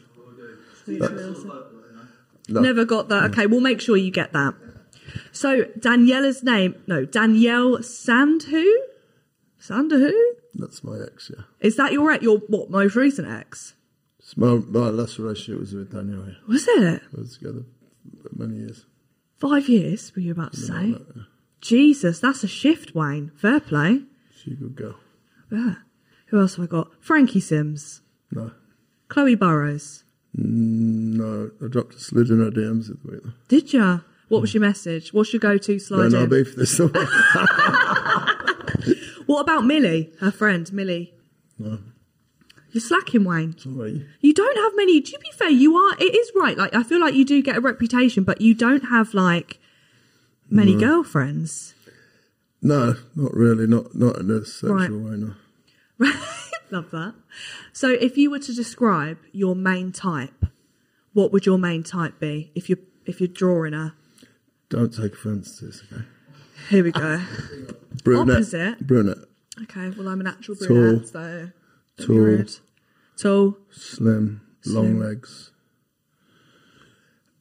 S4: No.
S3: Never got that. Okay, we'll make sure you get that. So Daniela's name, no, Danielle Sandhu? Sandhu?
S4: That's my ex, yeah.
S3: Is that your your what most recent ex?
S4: It's my, my last relationship was with Daniel. Yeah.
S3: Was it?
S4: We were together for many years.
S3: Five years, were you about to say? Jesus, that's a shift, Wayne. Fair play.
S4: She a good girl.
S3: Yeah. Who else have I got? Frankie Sims.
S4: No. Mm,
S3: Chloe Burrows.
S4: No, I dropped a slid in her DMs the other week. though.
S3: Did ya? What was your message? What's your go to slide
S4: Then Hmm. I'll
S3: in?
S4: be for this summer.
S3: What about Millie? Her friend, Millie.
S4: no,
S3: You're slacking, Wayne.
S4: sorry.
S3: You don't have many. To be fair, you are. It is right. Like I feel like you do get a reputation, but you don't have like many girlfriends.
S4: No, not really. Not not in a sexual
S3: Right.
S4: way, no.
S3: Right? Love that. So, if you were to describe your main type, what would your main type be? If you if you're drawing a,
S4: Don't take offence to this, okay?
S3: here we go.
S4: Brunette.
S3: Opposite.
S4: Brunette.
S3: okay. Well, I'm a natural
S4: Tall.
S3: brunette, so don't be
S4: Tall.
S3: rude. Tall.
S4: Slim, long legs.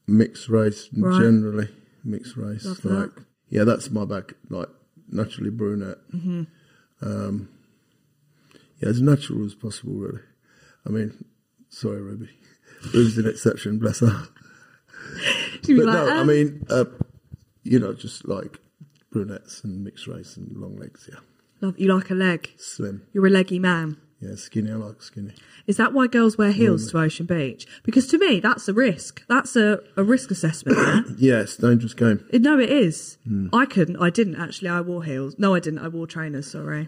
S4: Mixed race,
S3: Right.
S4: generally. Mixed race.
S3: Love that.
S4: like, yeah, that's my back. Like, naturally brunette. Um,
S3: Mm-hmm.
S4: yeah, as natural as possible, really. I mean, sorry, Ruby. Ruby's an exception, bless her.
S3: She'd be
S4: But
S3: like,
S4: no, I
S3: um,
S4: mean, uh, you know, just like brunettes and mixed race and long legs, yeah.
S3: love, you like a leg.
S4: Slim.
S3: You're a leggy man.
S4: Yeah, skinny. I like skinny.
S3: Is that why girls wear heels
S4: Mm.
S3: to Ocean Beach? Because to me, that's a risk. That's a, a risk assessment. There.
S4: Yeah, it's a dangerous game.
S3: It- No, it is.
S4: Mm.
S3: I couldn't. I didn't actually. I wore heels. No, I didn't. I wore trainers. Sorry,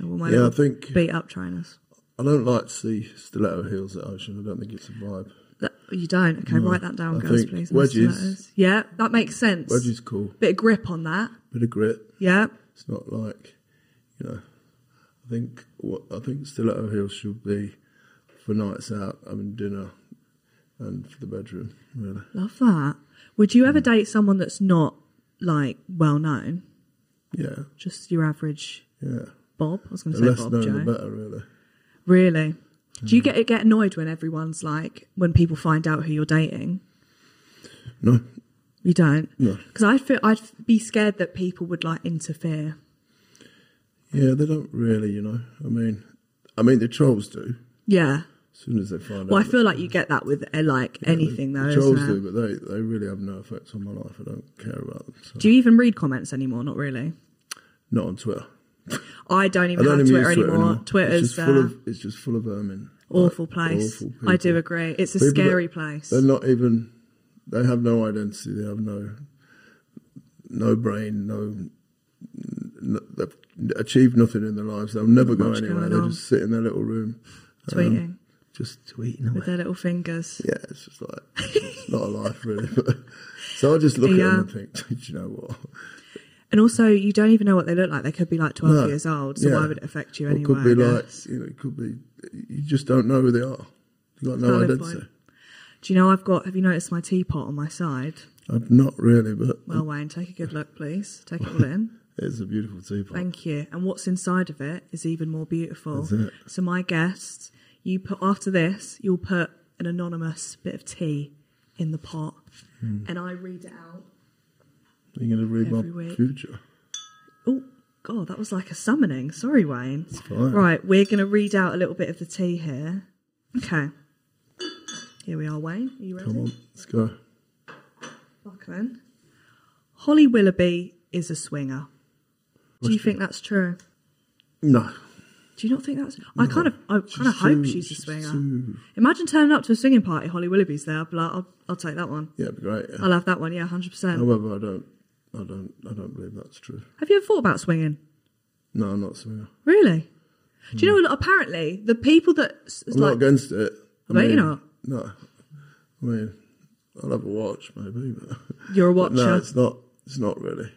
S3: I wore my
S4: Yeah, I
S3: little
S4: think-
S3: beat up trainers.
S4: I don't like to see stiletto heels at Ocean. I don't think it's a vibe.
S3: That, you don't. Okay, write that down,
S4: I
S3: girls,
S4: think
S3: please.
S4: wedges-
S3: Mr. Letters. Yeah, that makes sense.
S4: Wedge is cool.
S3: Bit of grip on that.
S4: Bit of grit.
S3: Yeah.
S4: It's not like, you know, I think what I think stiletto heels should be for nights out. I mean, dinner and for the bedroom, really.
S3: Love that. Would you ever date someone that's not like well known?
S4: Yeah,
S3: Just your average
S4: yeah.
S3: Bob. I was going
S4: The
S3: to say
S4: less
S3: Bob
S4: known, Hmm.
S3: Joe.
S4: the better, really.
S3: Really? Do you get get annoyed when everyone's like when people find out who you're dating?
S4: No,
S3: You don't.
S4: No.
S3: Because I'd feel, I'd be scared that people would like interfere.
S4: Yeah, they don't really, you know. I mean, I mean the trolls do.
S3: Yeah.
S4: As soon as they find
S3: Well, I
S4: out,
S3: feel like you get that with uh, like anything though.
S4: the
S3: isn't
S4: trolls
S3: it?
S4: do, but they they really have no effect on my life. I don't care about them. So.
S3: Do you even read comments anymore? Not really.
S4: Not on Twitter.
S3: I don't even
S4: I don't
S3: have
S4: even
S3: Twitter,
S4: use Twitter
S3: anymore.
S4: anymore. it's
S3: Twitter's
S4: just full
S3: uh,
S4: of it's just full of vermin.
S3: awful
S4: Like,
S3: place.
S4: awful
S3: I do
S4: people.
S3: agree. It's a
S4: People that- um,
S3: scary place.
S4: They're not even. They have no identity. They have no, no brain. No, no they've achieved nothing in their lives. They'll never go
S3: much
S4: anywhere.
S3: going
S4: They
S3: on.
S4: just sit in their little room, um,
S3: Tweeting
S4: just tweeting
S3: with
S4: away.
S3: their little fingers.
S4: Yeah, it's just like it's not a life really. But, so I just look
S3: Yeah.
S4: at them and think, do you know what?
S3: And also, you don't even know what they look like. They could be like 12
S4: No.
S3: years old, so
S4: Yeah.
S3: why would it affect you
S4: Or
S3: anyway?
S4: it could be
S3: I
S4: like
S3: guess?
S4: you know, it could be you just don't know who they are. You got no
S3: Valid
S4: identity.
S3: point. Do you know I've got, have you noticed my teapot on my side?
S4: I've not really, but
S3: Well, Wayne, take a good look, please. Take it all in.
S4: it's a beautiful teapot.
S3: Thank you. And what's inside of it is even more beautiful.
S4: Is it?
S3: So, my guests, you put after this, you'll put an anonymous bit of tea in the pot,
S4: Hmm.
S3: and I read it out.
S4: You're going to read
S3: Every
S4: my
S3: week.
S4: future.
S3: Oh, God, that was like a summoning. Sorry, Wayne.
S4: fine.
S3: Right, we're going to read out a little bit of the tea here. Okay. Here we are, Wayne. Are you ready?
S4: Come on, let's go.
S3: Fuck then. Holly Willoughby is a swinger. Do you think that's true?
S4: No.
S3: Do you not think that's? I kind of, I kind of
S4: She's
S3: hope
S4: too-
S3: she's a swinger.
S4: too-
S3: Imagine turning up to a swinging party, Holly Willoughby's there. I'd be like, I'll, I'll take that one.
S4: Yeah, it'd be great. Yeah.
S3: I'll have that one. Yeah, hundred percent.
S4: However, I don't, I don't, I don't believe that's true.
S3: Have you ever thought about swinging?
S4: No, I'm not a swinger.
S3: Really? Do you know? what? Apparently, the people that s-
S4: I'm not
S3: like,
S4: against it. I
S3: But
S4: mean,
S3: you're not.
S4: No. I mean, I'll have a watch maybe, but
S3: you're a
S4: but
S3: watcher.
S4: no, it's not. It's not really.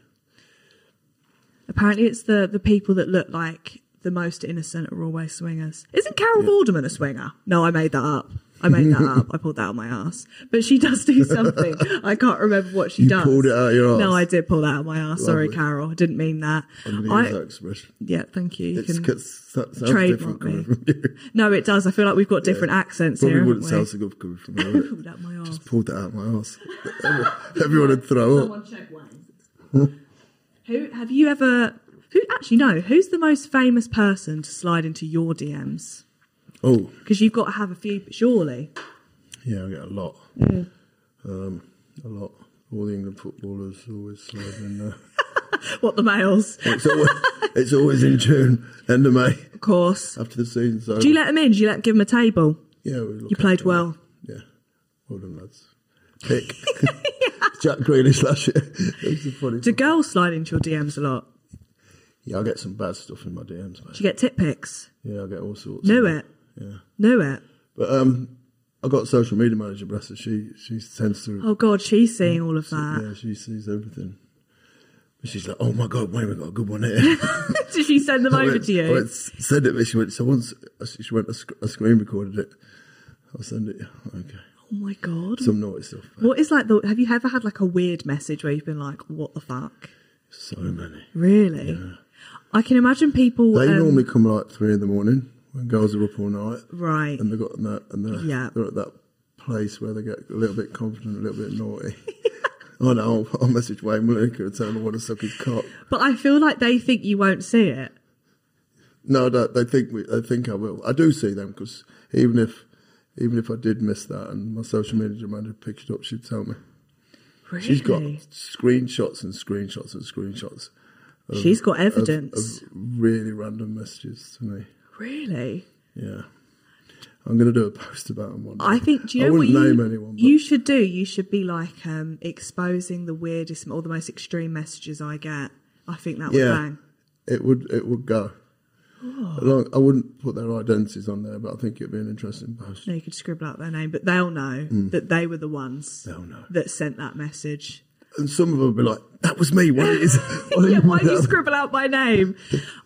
S3: Apparently, it's the the people that look like the most innocent are always swingers. Isn't Carol Vorderman a swinger? No, I made that up. I made that up. I pulled that out of my ass. But she does do something. I can't remember what she
S4: You
S3: does.
S4: pulled it out of your
S3: No,
S4: arse?
S3: I did pull that out of my ass. Sorry,
S4: Lovely.
S3: Carol. I didn't mean that.
S4: I'm going to
S3: I,
S4: use that expression.
S3: yeah, thank you. you
S4: It's
S3: can-
S4: because that sounds
S3: trademark
S4: different coming from you.
S3: no, it does. I feel like we've got different accents
S4: Probably
S3: here.
S4: wouldn't
S3: haven't
S4: sound
S3: we?
S4: so good coming from me. would
S3: Pulled
S4: it?
S3: out my arse.
S4: Just pulled it out of my ass. Everyone would throw up.
S3: Someone check Wayne. Who have you ever? Who actually no? Who's the most famous person to slide into your DMs?
S4: Oh,
S3: Because you've got to have a few, surely.
S4: Yeah, I get a lot.
S3: Mm.
S4: Um, a lot. All the England footballers always slide in there.
S3: What the males,
S4: It's always, it's always in June, end of May,
S3: of course.
S4: after the season's over.
S3: Do you let them in? Do you let give them a table?
S4: yeah, we look
S3: You played
S4: after them.
S3: well.
S4: Yeah. Well done, lads. Pick. Jack Grealish last year. It was a funny.
S3: Do girls slide into your DMs a lot?
S4: yeah, I get some bad stuff in my DMs, mate.
S3: Do you get tit pics?
S4: Yeah, I get all sorts.
S3: Knew
S4: of-
S3: it.
S4: Yeah.
S3: Knew it.
S4: But um, I got a social media manager, bless her. She, she tends to
S3: Oh God, she's seeing all of that.
S4: Yeah, she sees everything. But she's like, oh my God, wait, we got a good one here.
S3: Did she send them
S4: I
S3: over
S4: went-
S3: to
S4: I
S3: you?
S4: went, send it, but she went, so once she went, I sc- I screen recorded it. I'll send it. yeah, Okay.
S3: Oh my God.
S4: Some naughty stuff.
S3: What is like the? Have you ever had like a weird message where you've been like, "What the fuck?"
S4: So many.
S3: Really? I can imagine people.
S4: They
S3: um,
S4: normally come like three in the morning when girls are up all night
S3: right.
S4: and they got in that, and they're,
S3: Yeah.
S4: they're at that place where they get a little bit confident, a little bit naughty. I know. I'll, I'll message Wayne Malika and tell him I want to suck his cock.
S3: But I feel like they think you won't see it.
S4: No, no, they think we, they think I will. I do see them because even if even if I did miss that and my social media manager picked it up, she'd tell me.
S3: Really?
S4: She's got screenshots and screenshots and screenshots.
S3: She's got
S4: of-
S3: evidence.
S4: of really random messages to me.
S3: Really?
S4: Yeah, I'm going to do a post about them one.
S3: I
S4: day.
S3: think. Do you
S4: I
S3: know what
S4: wouldn't
S3: you,
S4: name anyone. But
S3: you should do? You should be like um, exposing the weirdest or the most extreme messages I get. I think that would Oh.
S4: yeah,
S3: bang.
S4: it would it would go. Along- I wouldn't put their identities on there, but I think it'd be an interesting post.
S3: No, you could scribble out their name, but they'll know that they were the ones
S4: Hmm. They'll know.
S3: that sent that message.
S4: And some of them would be like, "That was me. What is?
S3: yeah, why do you scribble out my name?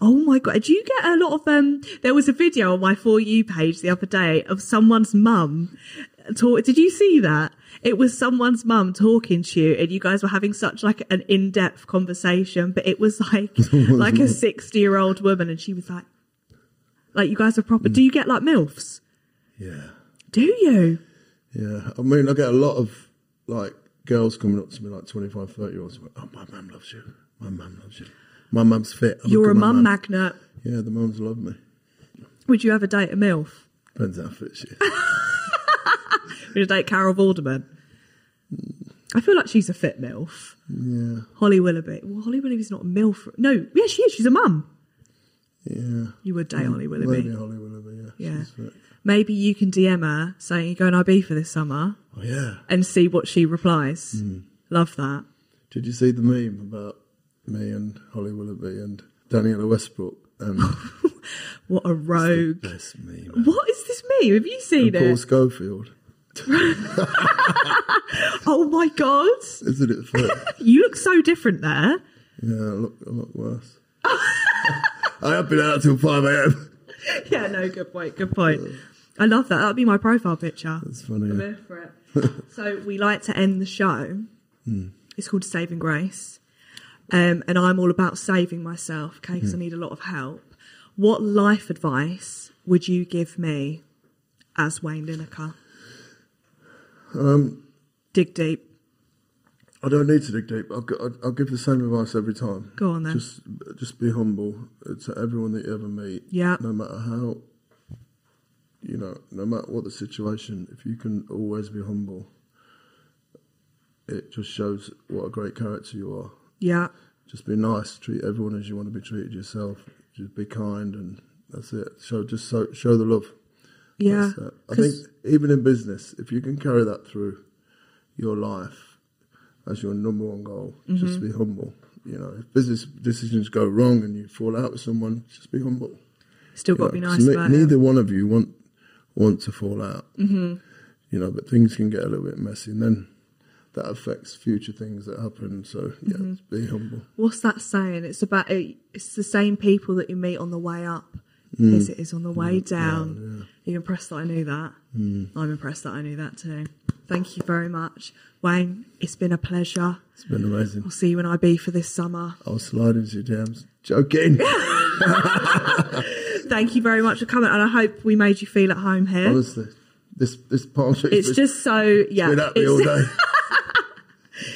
S3: Oh my god! Do you get a lot of um? There was a video on my for you page the other day of someone's mum. Talk. Did you see that? It was someone's mum talking to you, and you guys were having such like an in-depth conversation. But it was like like a sixty-year-old woman, and she was like, like you guys are proper. Do you get like milfs?
S4: Yeah.
S3: Do you?
S4: Yeah, I mean, I get a lot of like girls coming up to me, like 25, 30 years old, oh, my mum loves you. My mum loves you. My mum's fit. I'm
S3: You're a
S4: good
S3: mum magnet.
S4: Yeah, the mums love me.
S3: Would you ever date a MILF?
S4: Depends how fit she is.
S3: Would you date Carol Vorderman? I feel like she's a fit MILF.
S4: yeah,
S3: Holly Willoughby. Well, Holly Willoughby's not a MILF. No, yeah, she is. She's a mum.
S4: yeah.
S3: Mm, You would date Holly Willoughby.
S4: Maybe Holly Willoughby, yeah.
S3: Yeah.
S4: She's fit.
S3: Maybe you can DM her saying you're going IB for this summer
S4: Oh, yeah.
S3: and see what she replies. Love that.
S4: Did you see the meme about me and Holly Willoughby and Daniela Westbrook? And
S3: What a rogue.
S4: best meme. ever.
S3: What is this meme? Have you seen
S4: Paul
S3: it?
S4: Schofield.
S3: Oh my god.
S4: Isn't it fit?
S3: You look so different there.
S4: yeah, I look, I look worse. I have been out till 5 a.m.
S3: Yeah, no, good point, good point. I love that. That'd be my profile picture.
S4: It's funny.
S3: I'm
S4: yeah.
S3: here for it. so we like to end the show.
S4: Hmm.
S3: It's called Saving Grace, um, and I'm all about saving myself okay,
S4: Hmm.
S3: 'cause I need a lot of help. What life advice would you give me as Wayne Lineker? Um,
S4: Um,
S3: Dig deep.
S4: I don't need to dig deep. I'll, gi- I'll, I'll give the same advice every time.
S3: Go on then.
S4: Just, just be humble to everyone that you ever meet.
S3: Yeah.
S4: No matter how, you know, no matter what the situation, if you can always be humble, it just shows what a great character you are.
S3: Yeah,
S4: Just be nice. Treat everyone as you want to be treated yourself. Just be kind, and that's it. So just so, show the love.
S3: yeah.
S4: That's it. I think
S3: 'Cause-
S4: even in business, if you can carry that through your life as your number one goal,
S3: Mm-hmm.
S4: just be humble. You know, if business decisions go wrong and you fall out with someone, just be humble.
S3: still
S4: You
S3: got to be
S4: know,
S3: nice
S4: 'cause ne-
S3: about
S4: neither
S3: it.
S4: one of you want want to fall out. Mm-hmm. You know, but things can get a little bit messy, and then that affects future things that happen. So yeah,
S3: Mm-hmm.
S4: just be humble.
S3: What's that saying? It's about it's the same people that you meet on the way up
S4: Hmm.
S3: as it is on the way down. Are you impressed that I knew that?
S4: Hmm.
S3: Mm. I'm impressed that I knew that too. Thank you very much, Wayne. It's been a pleasure.
S4: It's been amazing.
S3: I'll see you in IB for this summer.
S4: I'll slide into your DMs. Joking.
S3: Thank you very much for coming, and I hope we made you feel at home here.
S4: Honestly, this this partnership.
S3: it's
S4: has
S3: just so yeah.
S4: been at me
S3: it's-
S4: all day.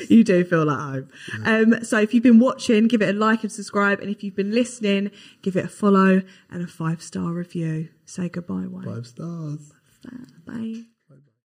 S3: you do feel at home. Um, so if you've been watching, give it a like and subscribe, and if you've been listening, give it a follow and a five star review. Say goodbye, Wayne.
S4: Five stars.
S3: Bye.